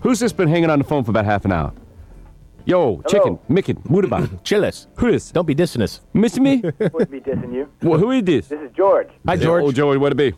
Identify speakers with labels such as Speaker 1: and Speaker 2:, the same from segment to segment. Speaker 1: Who's this been hanging on the phone for about half an hour? Yo, chicken, Micken, Mudabon.
Speaker 2: Chill us.
Speaker 1: Who this?
Speaker 2: Don't be dissing us.
Speaker 1: Miss me?
Speaker 3: would be dissing you.
Speaker 1: well, who is this?
Speaker 3: This is George.
Speaker 2: Hi,
Speaker 1: Hey,
Speaker 2: George.
Speaker 1: Oh, Joey, what it be?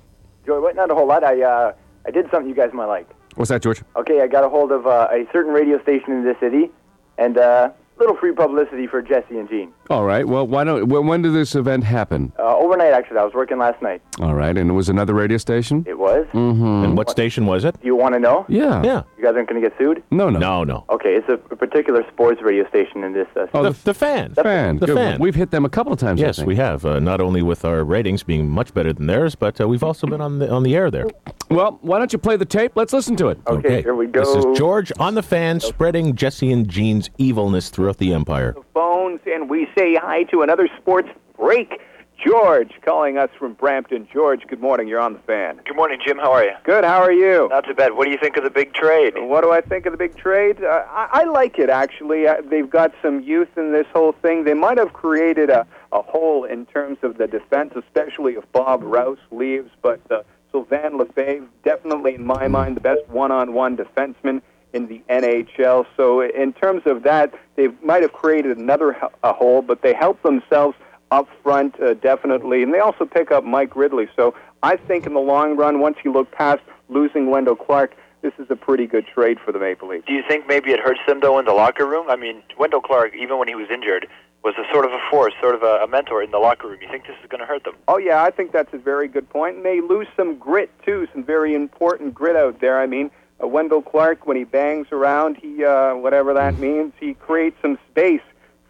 Speaker 3: George, what? Not a whole lot. I uh, I did something you guys might like.
Speaker 1: What's that, George?
Speaker 2: Uh,
Speaker 3: Okay, I got a hold of uh, a certain radio station in this city, and uh, little free publicity for Jesse and Gene.
Speaker 1: All right. Well, why don't? When, when did this event happen?
Speaker 3: Uh, overnight, actually, I was working last night.
Speaker 1: All right, and it was another radio station.
Speaker 3: It was.
Speaker 2: And what station was it?
Speaker 3: Do you want to know?
Speaker 1: Yeah.
Speaker 2: Mm-hmm. Yeah.
Speaker 3: You guys aren't going to get sued.
Speaker 1: No, no.
Speaker 2: No, no.
Speaker 3: Okay, it's a, a particular sports radio station in this. Uh,
Speaker 1: Oh,
Speaker 2: The,
Speaker 1: the,
Speaker 2: the fan.
Speaker 1: fan.
Speaker 2: The
Speaker 1: Good.
Speaker 2: fan.
Speaker 1: We've hit them a couple of times. I
Speaker 2: yes,
Speaker 1: think.
Speaker 2: we have. Uh, not only with our ratings being much better than theirs, but uh, we've also been on the on the air there.
Speaker 1: Well, why don't you play the tape? Let's listen to it.
Speaker 3: Okay, here we
Speaker 2: This
Speaker 3: go.
Speaker 2: is George on the fan, spreading Jesse and Jean's evilness throughout the empire.
Speaker 4: phones and we say hi to another sports break. George calling us from Brampton. George, good morning. You're on the fan.
Speaker 5: Good morning, Jim. How are you?
Speaker 4: Good. How are you?
Speaker 5: Not too bad. What do you think of the big trade?
Speaker 4: What do I think of the big trade? Uh, I, I like it actually. Uh, they've got some youth in this whole thing. They might have created a, a hole in terms of the defense, especially if Bob Rouse leaves. But uh, Sylvain Lefebvre, definitely in my mind, the best one-on-one defenseman in the NHL. So in terms of that, they might have created another h- a hole, but they helped themselves up front uh, definitely, and they also pick up Mike Ridley. So I think in the long run, once you look past losing Wendell Clark, this is a pretty good trade for the Maple Leafs.
Speaker 5: Do you think maybe it hurts them though in the locker room? I mean, Wendell Clark, even when he was injured, was a sort of a force, sort of a, a mentor in the locker room. You think this is going to hurt them?
Speaker 4: Oh yeah, I think that's a very good point, and they lose some grit too, some very important grit out there. I mean, uh, Wendell Clark, when he bangs around, he uh, whatever that means, he creates some space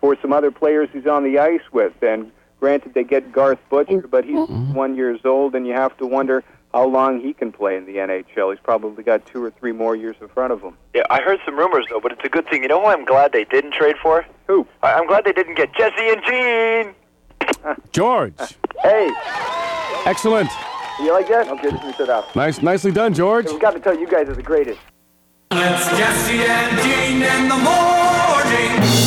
Speaker 4: for some other players he's on the ice with. And granted, they get Garth Butcher, but he's one years old, and you have to wonder how long he can play in the NHL. He's probably got two or three more years in front of him.
Speaker 5: Yeah, I heard some rumors though, but it's a good thing. You know who I'm glad they didn't trade for?
Speaker 4: Who?
Speaker 5: I- I'm glad they didn't get Jesse and Gene.
Speaker 1: George,
Speaker 3: hey,
Speaker 1: excellent.
Speaker 3: you like that? Okay, just mix it up.
Speaker 1: Nice, nicely done, George.
Speaker 3: We got to tell you guys, it's the greatest.
Speaker 6: It's Jesse and Dean in the morning.